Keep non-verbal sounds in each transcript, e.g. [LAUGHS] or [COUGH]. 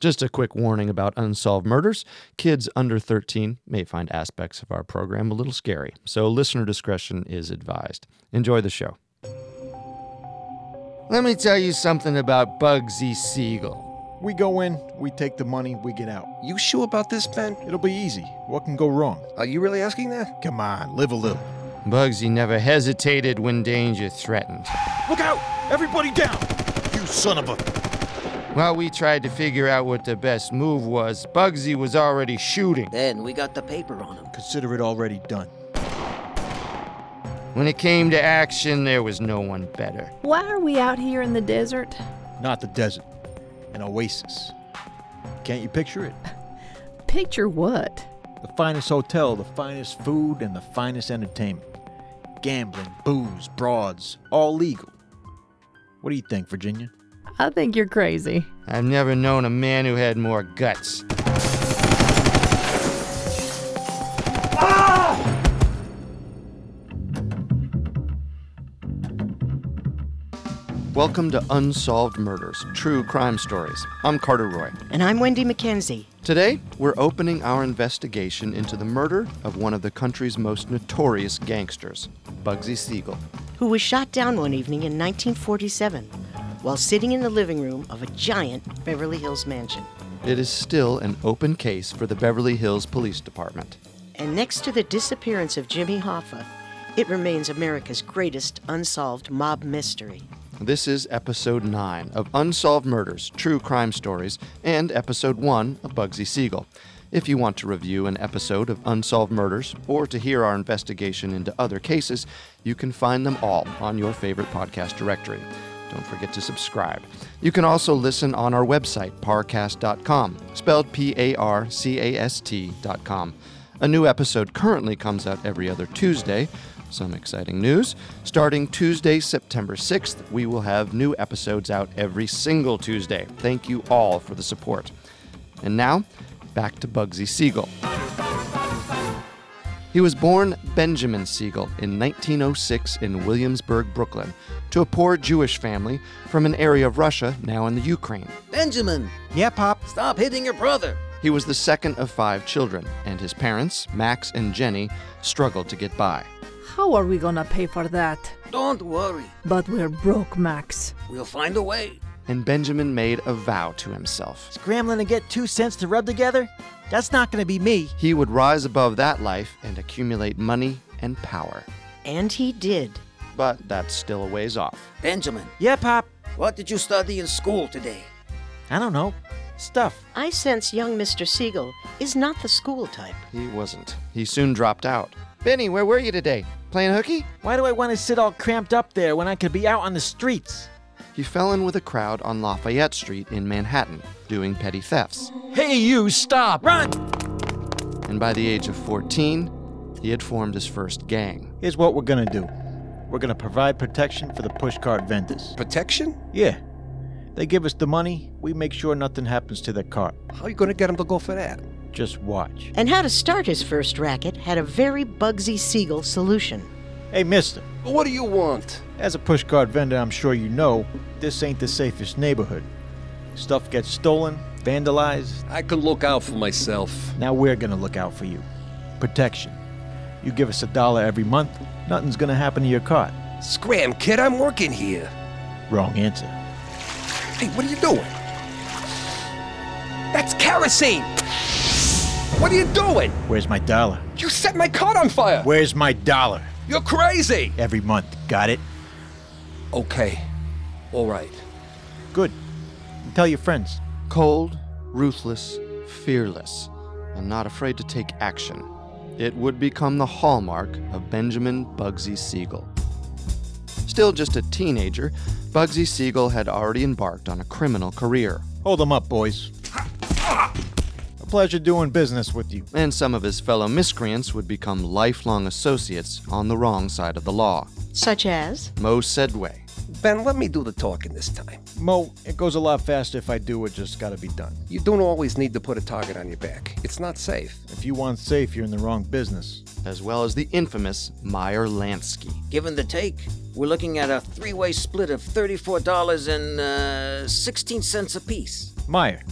Just a quick warning about unsolved murders. Kids under 13 may find aspects of our program a little scary, so listener discretion is advised. Enjoy the show. Let me tell you something about Bugsy Siegel. We go in, we take the money, we get out. You sure about this, Ben? It'll be easy. What can go wrong? Are you really asking that? Come on, live a little. Bugsy never hesitated when danger threatened. Look out! Everybody down! You son of a. While we tried to figure out what the best move was, Bugsy was already shooting. Then we got the paper on him. Consider it already done. When it came to action, there was no one better. Why are we out here in the desert? Not the desert, an oasis. Can't you picture it? Picture what? The finest hotel, the finest food, and the finest entertainment. Gambling, booze, broads, all legal. What do you think, Virginia? I think you're crazy. I've never known a man who had more guts. Welcome to Unsolved Murders True Crime Stories. I'm Carter Roy. And I'm Wendy McKenzie. Today, we're opening our investigation into the murder of one of the country's most notorious gangsters, Bugsy Siegel. who was shot down one evening in 1947 while sitting in the living room of a giant Beverly Hills mansion. It is still an open case for the Beverly Hills Police Department. And next to the disappearance of Jimmy Hoffa, it remains America's greatest unsolved mob mystery. This is episode 9 of Unsolved Murders True Crime Stories and episode 1 of Bugsy Siegel. If you want to review an episode of Unsolved Murders or to hear our investigation into other cases, you can find them all on your favorite podcast directory. Don't forget to subscribe. You can also listen on our website, parcast.com, spelled P A R C A S T.com. A new episode currently comes out every other Tuesday. Some exciting news. Starting Tuesday, September 6th, we will have new episodes out every single Tuesday. Thank you all for the support. And now, back to Bugsy Siegel. He was born Benjamin Siegel in 1906 in Williamsburg, Brooklyn, to a poor Jewish family from an area of Russia now in the Ukraine. Benjamin, Yeah, Pop. stop hitting your brother. He was the second of five children, and his parents, Max and Jenny, struggled to get by. How are we gonna pay for that? Don't worry. But we're broke, Max. We'll find a way. And Benjamin made a vow to himself. scrambling to get two cents to rub together? That's not going to be me. He would rise above that life and accumulate money and power. And he did. But that's still a ways off. Benjamin, Yeah, Pop. what did you study in school today? I don't know. Stuff. I sense young Mr. Siegel is not the school type. He wasn't. He soon dropped out. Benny, where were you today? Playing hooky? Why do I want to sit all cramped up there when I could be out on the streets? He fell in with a crowd on Lafayette Street in Manhattan, doing petty thefts. Hey, you, Ah, stop! Run! And by the age of 14, he had formed his first gang. Here's what we're gonna do we're gonna provide protection for the pushcart vendors. Protection? Yeah. They give us the money, we make sure nothing happens to their cart. How are you going to get him to go for that? Just watch. And how to start his first racket had a very Bugsy Siegel solution. Hey, mister. What do you want? As a pushcart vendor, I'm sure you know, this ain't the safest neighborhood. Stuff gets stolen, vandalized. I can look out for myself. Now we're gonna look out for you. Protection. You give us a dollar every month, nothing's gonna happen to your cart. Scram, kid, I'm working here. Wrong answer. Hey, what are you doing? That's kerosene! What are you doing? Where's my dollar? You set my cart on fire. Where's my dollar? You're crazy. Every month, got it? Okay. All right. Good. And tell your friends. Cold, ruthless, fearless, and not afraid to take action. It would become the hallmark of Benjamin Bugsy Siegel. Still just a teenager, Bugsy Siegel had already embarked on a criminal career, Hold them up, boys. A pleasure doing business with you. and some of his fellow miscreants would become lifelong associates on the wrong side of the law. Such as? Mo Sedway, Ben, let me do the talking this time. Mo, it goes a lot faster if I do what just gotta be done. You don't always need to put a target on your back. It's not safe. If you want safe, you're in the wrong business. as well as the infamous Meyer Lansky. Given the take, we're looking at a three way split of $34 and uh, 16 cents apiece. Meyer,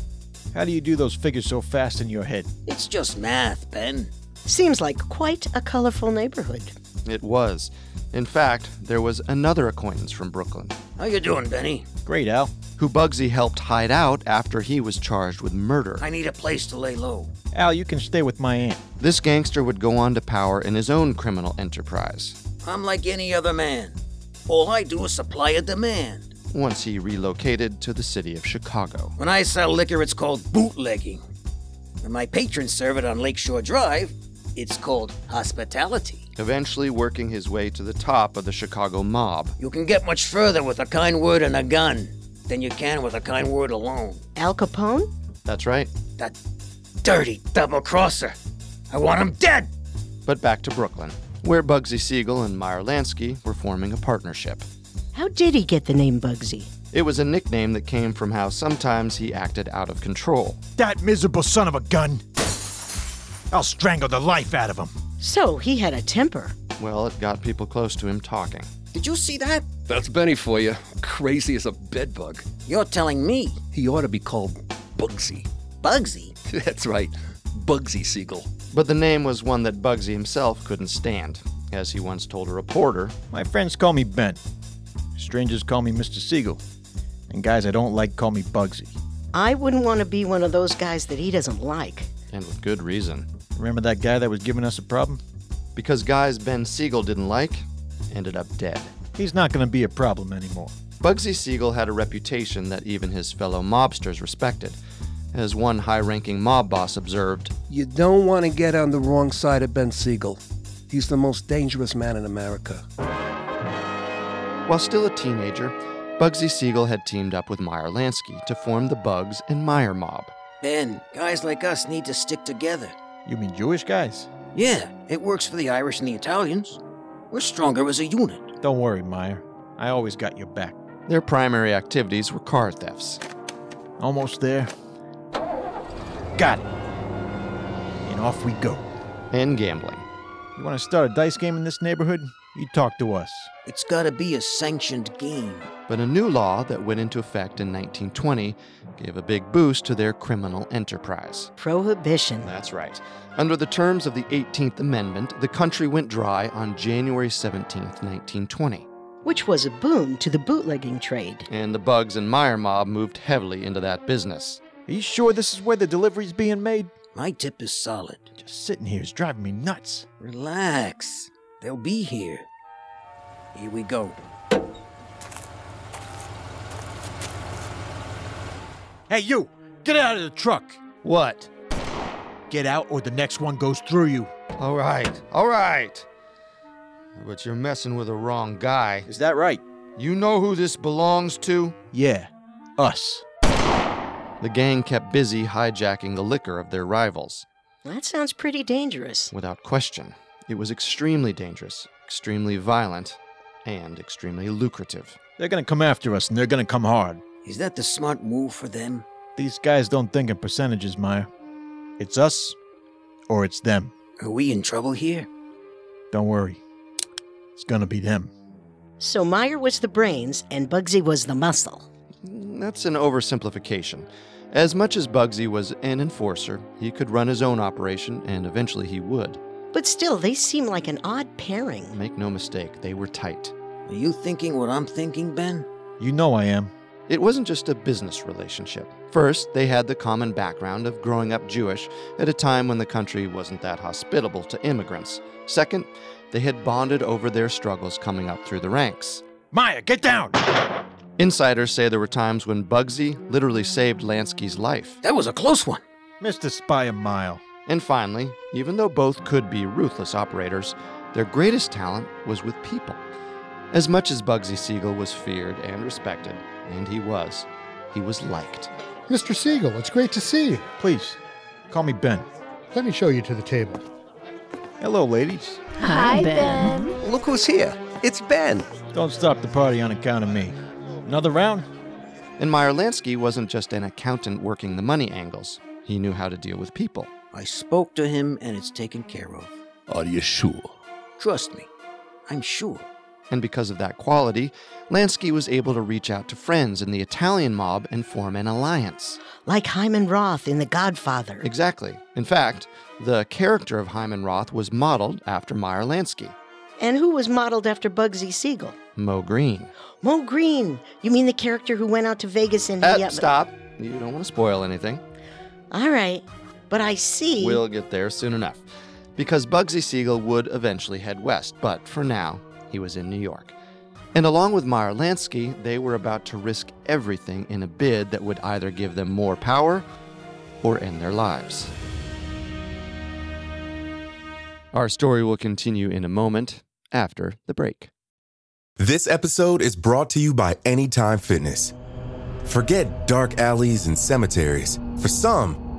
how do you do those figures so fast in your head? It's just math, Ben. Seems like quite a colorful neighborhood. It was. In fact, there was another acquaintance from Brooklyn, How you doing, Benny? Great, Al. who Bugsy helped hide out after he was charged with murder. I need a place to lay low. Al, you can stay with my aunt. This gangster would go on to power in his own criminal enterprise I'm like any other man. All I do is supply a demand. once he relocated to the city of Chicago. When I sell liquor, it's called bootlegging. When my patrons serve it on Lakeshore Drive, it's called hospitality. Eventually working his way to the top of the Chicago mob. You can get much further with a kind word and a gun than you can with a kind word alone. Al Capone? That's right. That dirty double crosser. I want him dead! But back to Brooklyn, where Bugsy Siegel and Meyer Lansky were forming a partnership. How did he get the name Bugsy? It was a nickname that came from how sometimes he acted out of control. That miserable son of a gun! I'll strangle the life out of him. So he had a temper. Well, it got people close to him talking. Did you see that? That's Benny for you. Crazy as a bedbug. You're telling me. He ought to be called Bugsy. Bugsy? [LAUGHS] That's right. Bugsy Siegel. But the name was one that Bugsy himself couldn't stand. As he once told a reporter, My friends call me Ben. Strangers call me Mr. Siegel. And guys I don't like call me Bugsy. I wouldn't want to be one of those guys that he doesn't like. and with good reason, Remember that guy that was giving us a problem? because guys Ben Siegel didn't like ended up dead. He's not gonna be a problem anymore. Bugsy Siegel had a reputation that even his fellow mobsters respected. As one high ranking mob boss observed, You don't want to get on the wrong side of Ben Siegel. He's the most dangerous man in America. while still a teenager, Bugsy Siegel had teamed up with Meyer Lansky to form the Bugs and Meyer Mob. Ben, guys like us need to stick together. You mean Jewish guys? Yeah, it works for the Irish and the Italians. We're stronger as a unit. Don't worry, Meyer. I always got your back. Their primary activities were car thefts. Almost there. Got it. And off we go. and gambling. You want to start a dice game in this neighborhood? You talk to us. It's gotta be a sanctioned game. But a new law that went into effect in 1920 gave a big boost to their criminal enterprise. Prohibition. That's right. Under the terms of the 18th Amendment, the country went dry on January 17, 1920, Which was a boom to the bootlegging trade. and the Bugs and Meyer mob moved heavily into that business. Are you sure this is where the delivery's being made? My tip is solid. Just sitting here is driving me nuts. Relax. They'll be here. Here we go. Hey, you! Get out of the truck! What? Get out, or the next one goes through you. All right, all right. But you're messing with the wrong guy. Is that right? You know who this belongs to? Yeah. Us. The gang kept busy hijacking the liquor of their rivals. That sounds pretty dangerous. Without question, it was extremely dangerous, extremely violent, and extremely lucrative. They're gonna come after us, and they're gonna come hard. Is that the smart move for them? These guys don't think in percentages, Meyer. It's us, or it's them. Are we in trouble here? Don't worry. It's gonna be them. So Meyer was the brains and Bugsy was the muscle. That's an oversimplification. As much as Bugsy was an enforcer, he could run his own operation, and eventually he would. But still, they seem like an odd pairing. Make no mistake, they were tight. Are you thinking what I'm thinking, Ben? You know I am. It wasn't just a business relationship. First, they had the common background of growing up Jewish at a time when the country wasn't that hospitable to immigrants. Second, they had bonded over their struggles coming up through the ranks. Maya, get down! Insiders say there were times when Bugsy literally saved Lansky's life. That was a close one. Missed us by a mile. And finally, even though both could be ruthless operators, their greatest talent was with people. As much as Bugsy Siegel was feared and respected, and he was, he was liked. Mr. Siegel, it's great to see you. Please, call me Ben. Let me show you to the table. Hello, ladies. Hi, Ben. Look who's here. It's Ben. Don't stop the party on account of me. Another round? And Meyer Lansky wasn't just an accountant working the money angles, he knew how to deal with people. I spoke to him and it's taken care of. Are you sure? Trust me, I'm sure. And because of that quality, Lansky was able to reach out to friends in the Italian mob and form an alliance. Like Hyman Roth in The Godfather. Exactly. In fact, the character of Hyman Roth was modeled after Meyer Lansky. And who was modeled after Bugsy Siegel? Mo Green. Mo Green! You mean the character who went out to Vegas and. Uh, stop. You don't want to spoil anything. All right. But I see. We'll get there soon enough. Because Bugsy Siegel would eventually head west, but for now, he was in New York. And along with Meyer Lansky, they were about to risk everything in a bid that would either give them more power or end their lives. Our story will continue in a moment after the break. This episode is brought to you by Anytime Fitness. Forget dark alleys and cemeteries. For some,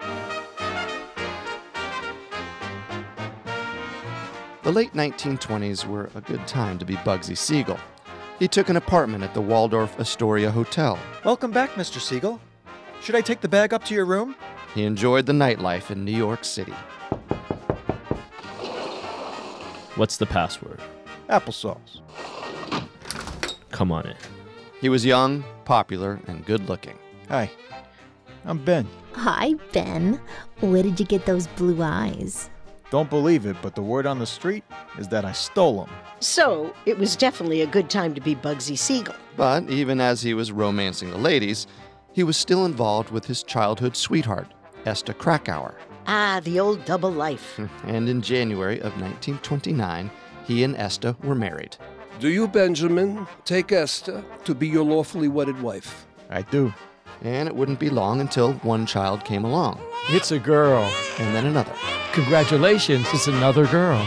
The late 1920s were a good time to be Bugsy Siegel. He took an apartment at the Waldorf Astoria Hotel. Welcome back, Mr. Siegel. Should I take the bag up to your room? He enjoyed the nightlife in New York City. What's the password? Applesauce. Come on in. He was young, popular, and good looking. Hi, I'm Ben. Hi, Ben. Where did you get those blue eyes? Don't believe it, but the word on the street is that I stole them. So, it was definitely a good time to be Bugsy Siegel. But even as he was romancing the ladies, he was still involved with his childhood sweetheart, Esta Krakauer. [LAUGHS] Ah, the old double life. And in January of 1929, he and Esta were married. Do you, Benjamin, take Esta to be your lawfully wedded wife? I do. And it wouldn't be long until one child came along. It's a girl. And then another. Congratulations, it's another girl.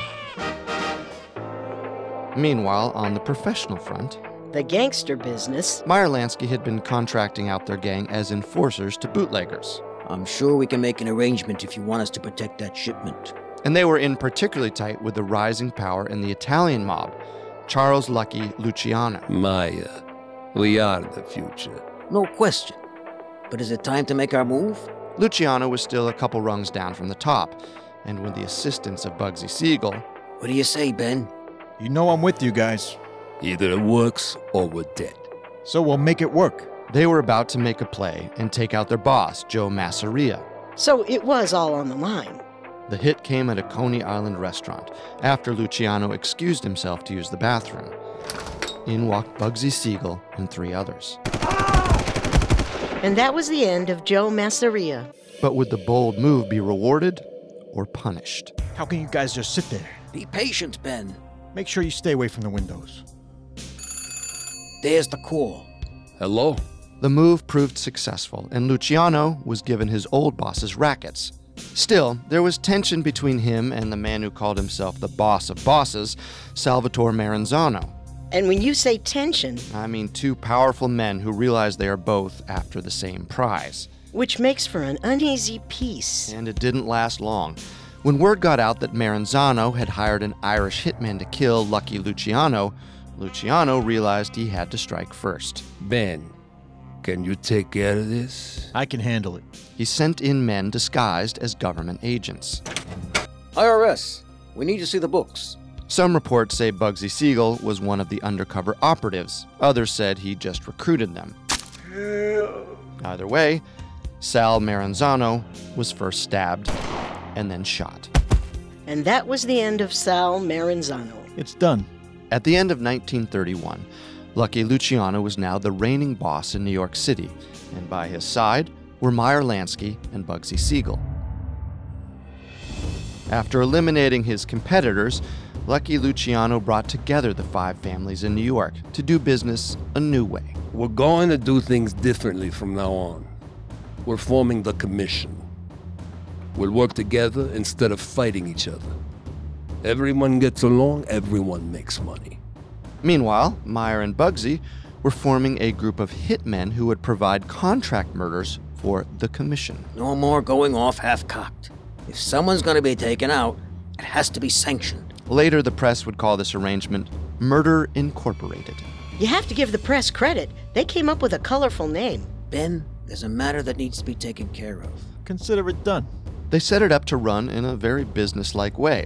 Meanwhile, on the professional front, the gangster business, Meyer Lansky had been contracting out their gang as enforcers to bootleggers. I'm sure we can make an arrangement if you want us to protect that shipment. And they were in particularly tight with the rising power in the Italian mob, Charles Lucky Luciano. Maya, we are the future. No question. But is it time to make our move? Luciano was still a couple rungs down from the top, and with the assistance of Bugsy Siegel. What do you say, Ben? You know I'm with you guys. Either it works or we're dead. So we'll make it work. They were about to make a play and take out their boss, Joe Masseria. So it was all on the line. The hit came at a Coney Island restaurant after Luciano excused himself to use the bathroom. In walked Bugsy Siegel and three others. And that was the end of Joe Masseria. But would the bold move be rewarded or punished? How can you guys just sit there? Be patient, Ben. Make sure you stay away from the windows. There's the call. Hello? The move proved successful, and Luciano was given his old boss's rackets. Still, there was tension between him and the man who called himself the boss of bosses, Salvatore Maranzano, and when you say tension, I mean two powerful men who realize they are both after the same prize. Which makes for an uneasy peace. And it didn't last long. When word got out that Maranzano had hired an Irish hitman to kill Lucky Luciano, Luciano realized he had to strike first. Ben, Can you take care of this? I can handle it. He sent in men disguised as government agents. IRS, we need to see the books. Some reports say Bugsy Siegel was one of the undercover operatives. Others said he just recruited them. Either way, Sal Maranzano was first stabbed and then shot. And that was the end of Sal Maranzano. It's done. At the end of 1931, Lucky Luciano was now the reigning boss in New York City, and by his side were Meyer Lansky and Bugsy Siegel. After eliminating his competitors, Lucky Luciano brought together the five families in New York to do business a new way. We're going to do things differently from now on. We're forming the commission. We'll work together instead of fighting each other. Everyone gets along, everyone makes money. Meanwhile, Meyer and Bugsy were forming a group of hitmen who would provide contract murders for the commission. No more going off half cocked. If someone's going to be taken out, it has to be sanctioned. Later, the press would call this arrangement Murder Incorporated. You have to give the press credit. They came up with a colorful name. Ben, there's a matter that needs to be taken care of. Consider it done. They set it up to run in a very businesslike way.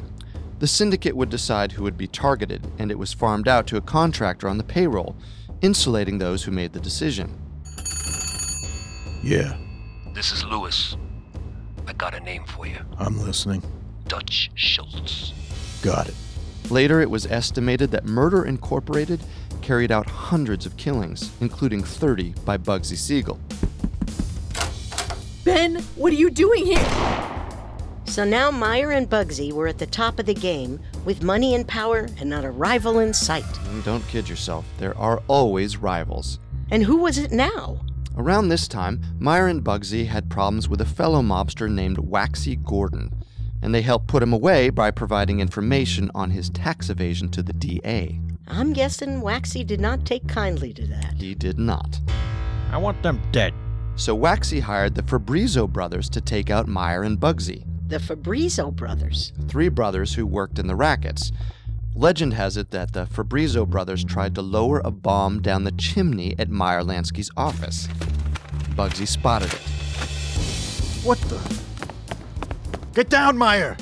The syndicate would decide who would be targeted, and it was farmed out to a contractor on the payroll, insulating those who made the decision. Yeah, This is Lewis. I got a name for you I'm listening. Dutch Schultz. Got it. Later, it was estimated that Murder Incorporated carried out hundreds of killings, including 30 by Bugsy Siegel. Ben, what are you doing here? So now Meyer and Bugsy were at the top of the game with money and power and not a rival in sight. And don't kid yourself, there are always rivals. And who was it now? Around this time, Meyer and Bugsy had problems with a fellow mobster named Waxy Gordon, and they helped put him away by providing information on his tax evasion to the DA. I'm guessing Waxy did not take kindly to that. He did not. I want them dead. So Waxy hired the Fabrizio brothers to take out Meyer and Bugsy, The Fabrizio brothers. three brothers who worked in the rackets. Legend has it that the Fabrizio brothers tried to lower a bomb down the chimney at Meyer Lansky's office. Bugsy spotted it. What the? Get down, Meyer!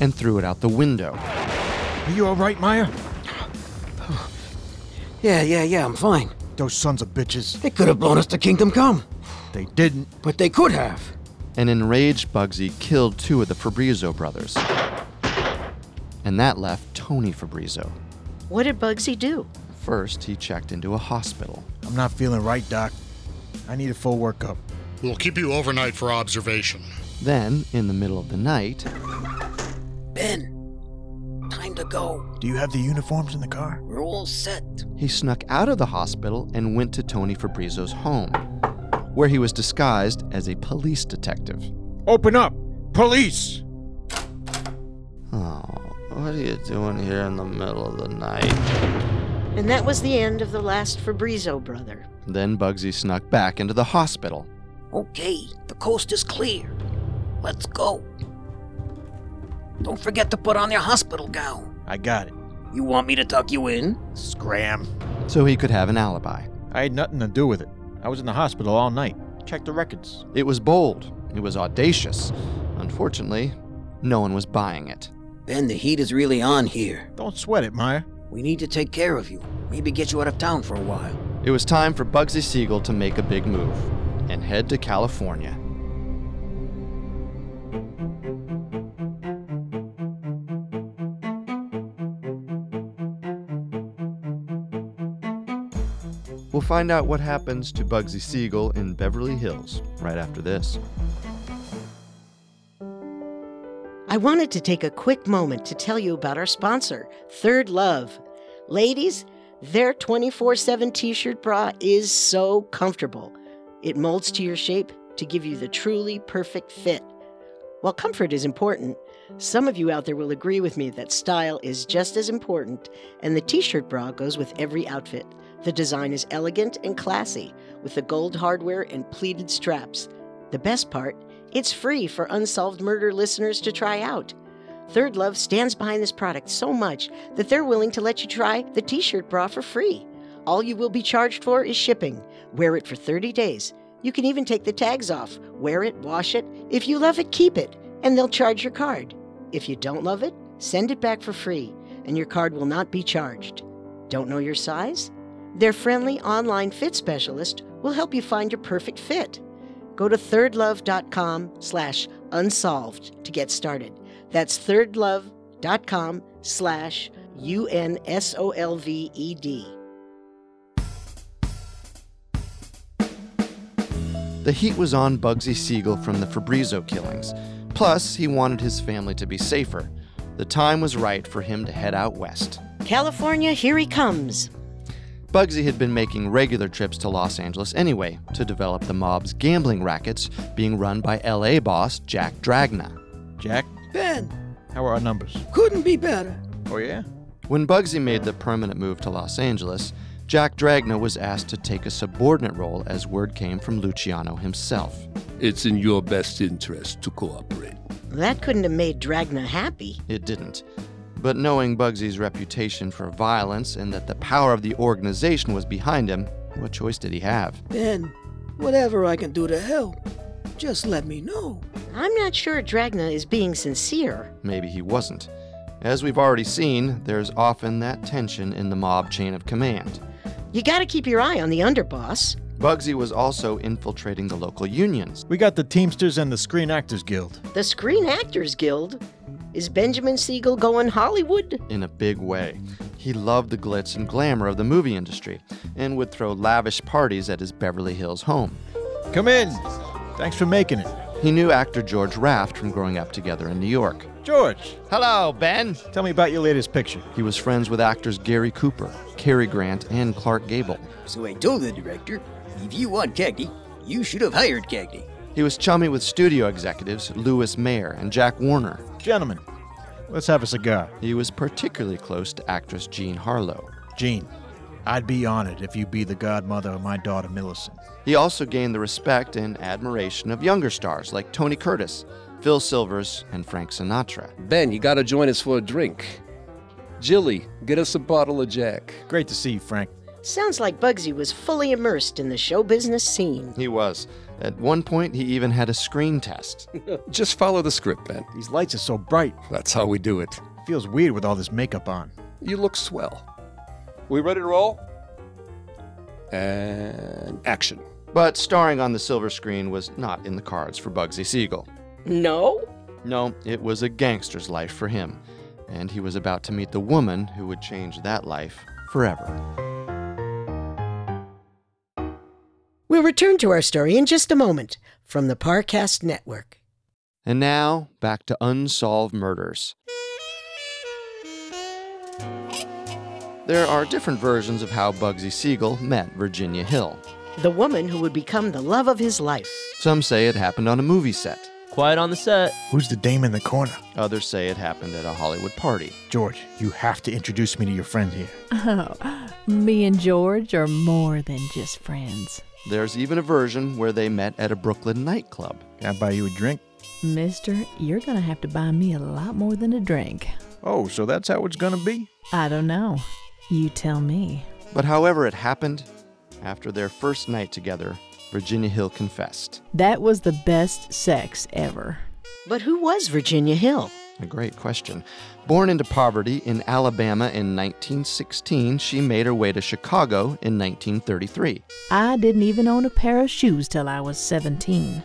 and threw it out the window. Are you alright, Meyer? Yeah, yeah, yeah, I'm fine. Those sons of bitches. They could have blown us to Kingdom Come, They didn't. but they could have. An enraged Bugsy killed two of the Fabrizio brothers. And that left Tony Fabrizio. What did Bugsy do? First, he checked into a hospital. I'm not feeling right, Doc. I need a full workup. We'll keep you overnight for observation. Then, in the middle of the night, Ben, time to go. Do you have the uniforms in the car? We're all set. he snuck out of the hospital and went to Tony Fabrizio's home, where he was disguised as a police detective. Open up! Police! Oh, what are you doing here in the middle of the night? And that was the end of the last Fabrizio brother. Then Bugsy snuck back into the hospital. Okay, the coast is clear. Let's go. Don't forget to put on your hospital gown. I got it. You want me to tuck you in? Scram. So he could have an alibi. I had nothing to do with it. I was in the hospital all night. Check the records. It was bold, it was audacious. Unfortunately, no one was buying it. Ben, the heat is really on here. Don't sweat it, Meyer. We need to take care of you. Maybe get you out of town for a while. It was time for Bugsy Siegel to make a big move and head to California. We'll find out what happens to Bugsy Siegel in Beverly Hills right after this. I wanted to take a quick moment to tell you about our sponsor, Third Love. Ladies, their 24 7 t shirt bra is so comfortable. It molds to your shape to give you the truly perfect fit. While comfort is important, some of you out there will agree with me that style is just as important, and the t shirt bra goes with every outfit. The design is elegant and classy, with the gold hardware and pleated straps. The best part, it's free for Unsolved Murder listeners to try out. Third Love stands behind this product so much that they're willing to let you try the t shirt bra for free. All you will be charged for is shipping. Wear it for 30 days. You can even take the tags off. Wear it, wash it. If you love it, keep it, and they'll charge your card. If you don't love it, send it back for free, and your card will not be charged. Don't know your size? Their friendly online fit specialist will help you find your perfect fit. Go to thirdlove.com slash unsolved to get started. That's thirdlove.com slash U-N-S-O-L-V-E-D. The heat was on Bugsy Siegel from the Fabrizo killings. Plus, he wanted his family to be safer. The time was right for him to head out west. California, here he comes. Bugsy had been making regular trips to Los Angeles anyway to develop the mob's gambling rackets being run by LA boss Jack Dragna. Jack? Ben, How are our numbers? couldn't be better. Oh, yeah? When Bugsy made the permanent move to Los Angeles, Jack Dragna was asked to take a subordinate role as word came from Luciano himself. It's in your best interest to cooperate. That couldn't have made Dragna happy. It didn't. But knowing Bugsy's reputation for violence and that the power of the organization was behind him, what choice did he have? Ben, whatever I can do to help, just let me know. I'm not sure Dragna is being sincere. Maybe he wasn't. As we've already seen, there's often that tension in the mob chain of command. You gotta keep your eye on the underboss. Bugsy was also infiltrating the local unions. We got the Teamsters and the Screen Actors Guild. The Screen Actors Guild? Is Benjamin Siegel going Hollywood? in a big way. He loved the glitz and glamour of the movie industry and would throw lavish parties at his Beverly Hills home. Come in. Thanks for making it. He knew actor George Raft from growing up together in New York. George, Hello, Ben. tell me about your latest picture. He was friends with actors Gary Cooper, Cary Grant, and Clark Gable. So I told the director, if you want Cagney, you should have hired Cagney. He was chummy with studio executives Louis Mayer and Jack Warner. Gentlemen, let's have a cigar. He was particularly close to actress Jean Harlow. Jean, I'd be honored if you be the godmother of my daughter, Millicent. He also gained the respect and admiration of younger stars like Tony Curtis, Phil Silvers, and Frank Sinatra. Ben, you gotta join us for a drink. Jilly, get us a bottle of Jack. Great to see you, Frank. Sounds like Bugsy was fully immersed in the show business scene. He was. At one point, he even had a screen [LAUGHS] test. Just follow the script, Ben. These lights are so bright. That's how we do it. Feels weird with all this makeup on. You look swell. We ready to roll? And action. But starring on the silver screen was not in the cards for Bugsy Siegel. No? No, it was a gangster's life for him, and he was about to meet the woman who would change that life forever. We'll return to our story in just a moment from the Parcast Network. And now, back to unsolved murders. There are different versions of how Bugsy Siegel met Virginia Hill. The woman who would become the love of his life. Some say it happened on a movie set. Quiet on the set. Who's the dame in the corner? Others say it happened at a Hollywood party. George, you have to introduce me to your friend here. Oh, [LAUGHS] me and George are more than just friends. There's even a version where they met at a Brooklyn nightclub. Can I buy you a drink? Mister, you're gonna have to buy me a lot more than a drink. Oh, so that's how it's gonna be? I don't know. You tell me. But however it happened, after their first night together, Virginia Hill confessed. That was the best sex ever. But who was Virginia Hill? A great question. Born into poverty in Alabama in 1916, she made her way to Chicago in 1933. I didn't even own a pair of shoes till I was 17.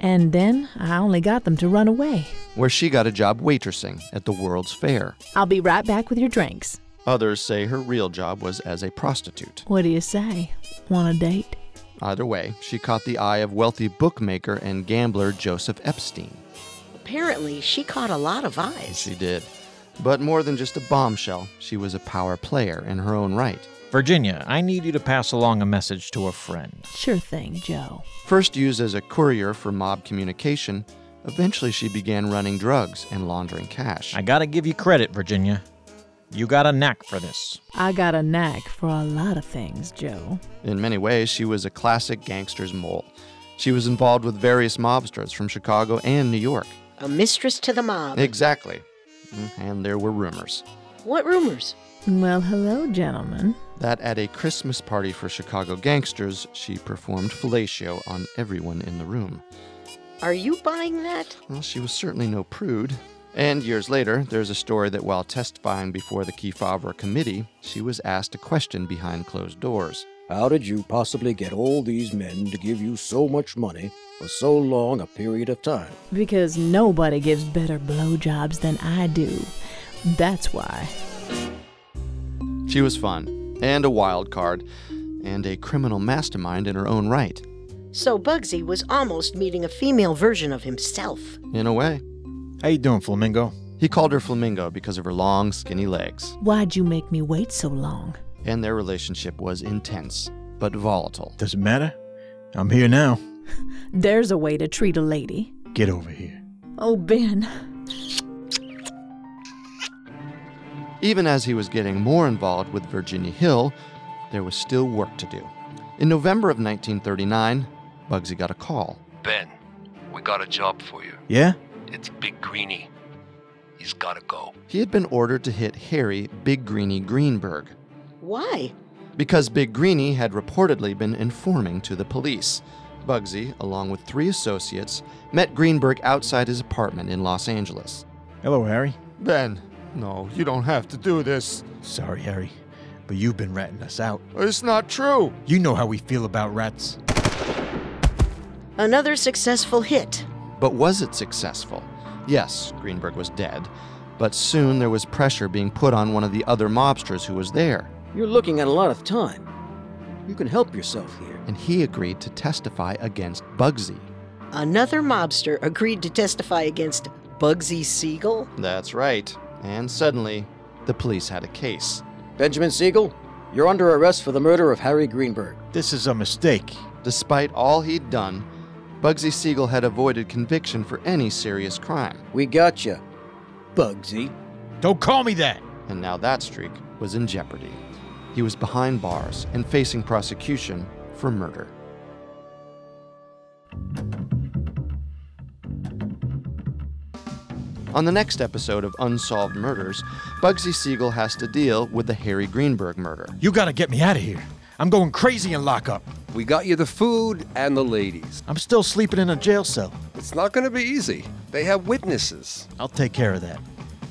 And then I only got them to run away. where she got a job waitressing at the World's Fair. I'll be right back with your drinks. Others say her real job was as a prostitute. What do you say? Want a date? Either way, she caught the eye of wealthy bookmaker and gambler Joseph Epstein. Apparently, she caught a lot of eyes. She did. But more than just a bombshell, she was a power player in her own right. Virginia, I need you to pass along a message to a friend. Sure thing, Joe. First used as a courier for mob communication, eventually she began running drugs and laundering cash. I gotta give you credit, Virginia. You got a knack for this. I got a knack for a lot of things, Joe. In many ways, she was a classic gangster's mole. She was involved with various mobsters from Chicago and New York. A mistress to the mob. Exactly. And there were rumors. What rumors? Well, hello, gentlemen. that at a Christmas party for Chicago gangsters, she performed fellatio on everyone in the room. Are you buying that? Well, she was certainly no prude. And years later, there's a story that while testifying before the Kefauver committee, she was asked a question behind closed doors. How did you possibly get all these men to give you so much money for so long a period of time? Because nobody gives better blowjobs than I do. That's why. She was fun, and a wild card, and a criminal mastermind in her own right. So Bugsy was almost meeting a female version of himself. In a way. How you doing, Flamingo? He called her Flamingo because of her long, skinny legs, Why'd you make me wait so long? and their relationship was intense, but volatile. Does it matter? I'm here now. There's a way to treat a lady. Get over here. Oh, Ben. Even as he was getting more involved with Virginia Hill, there was still work to do. In November of 1939, Bugsy got a call. Ben, we got a job for you. Yeah? It's Big Greenie. He's gotta go. He had been ordered to hit Harry Big Greenie Greenberg Why? because Big Greenie had reportedly been informing to the police. Bugsy, along with three associates, met Greenberg outside his apartment in Los Angeles. Hello, Harry. Ben, no, you don't have to do this. Sorry, Harry, but you've been ratting us out. It's not true. You know how we feel about rats. Another successful hit. But was it successful? Yes, Greenberg was dead, but soon there was pressure being put on one of the other mobsters who was there, You're looking at a lot of time. You can help yourself here. and he agreed to testify against Bugsy. Another mobster agreed to testify against Bugsy Siegel? That's right. And suddenly, the police had a case. Benjamin Siegel, you're under arrest for the murder of Harry Greenberg. This is a mistake. Despite all he'd done, Bugsy Siegel had avoided conviction for any serious crime, We got you, Bugsy. Don't call me that! and now that streak was in jeopardy. He was behind bars and facing prosecution for murder. On the next episode of Unsolved Murders, Bugsy Siegel has to deal with the Harry Greenberg murder. You gotta get me out of here. I'm going crazy in lockup. We got you the food and the ladies. I'm still sleeping in a jail cell. It's not going to be easy. They have witnesses. I'll take care of that.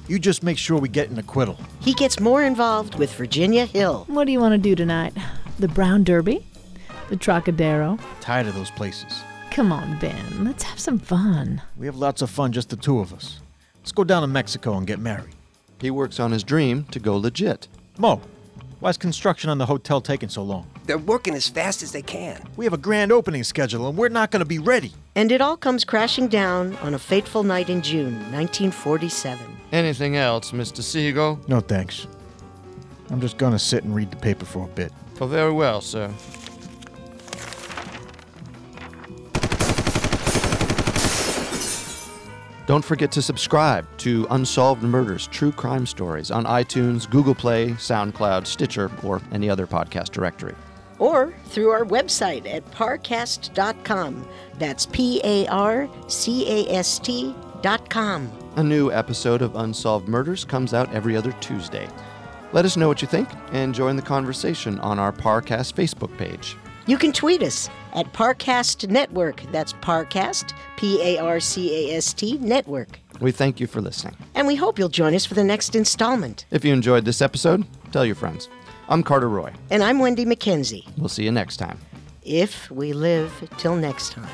You just make sure we get an acquittal. He gets more involved with Virginia Hill. What do you want to do tonight? The Brown Derby? The Trocadero? Tired of those places. Come on, Ben. Let's have some fun. We have lots of fun, just the two of us. Let's go down to Mexico and get married. He works on his dream to go legit. Mo, why's construction on the hotel taking so long? They're working as fast as they can. We have a grand opening schedule and we're not gonna be ready. And it all comes crashing down on a fateful night in June 1947. Anything else, Mr. Siegel? No thanks. I'm just gonna sit and read the paper for a bit. Oh, very well, sir. Don't forget to subscribe to Unsolved Murders True Crime Stories on iTunes, Google Play, SoundCloud, Stitcher, or any other podcast directory. or through our website at parcast.com. That's P A R C A S T dot com. A new episode of Unsolved Murders comes out every other Tuesday. Let us know what you think and join the conversation on our Parcast Facebook page. You can tweet us at Parcast Network. That's Parcast, P A R C A S T Network. We thank you for listening. And we hope you'll join us for the next installment. If you enjoyed this episode, tell your friends. I'm Carter Roy. And I'm Wendy McKenzie. We'll see you next time. If we live till next time.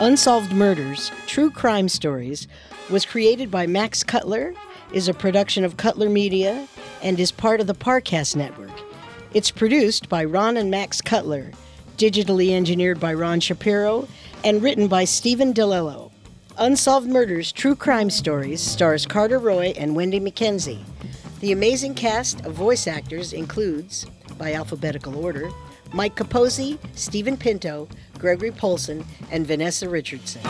Unsolved Murders True Crime Stories was created by Max Cutler, is a production of Cutler Media, and is part of the Parcast Network. It's produced by Ron and Max Cutler, digitally engineered by Ron Shapiro, and written by Stephen DeLillo. Unsolved Murders True Crime Stories stars Carter Roy and Wendy McKenzie. The amazing cast of voice actors includes, by alphabetical order, Mike Capozzi, Stephen Pinto, Gregory Polson, and Vanessa Richardson.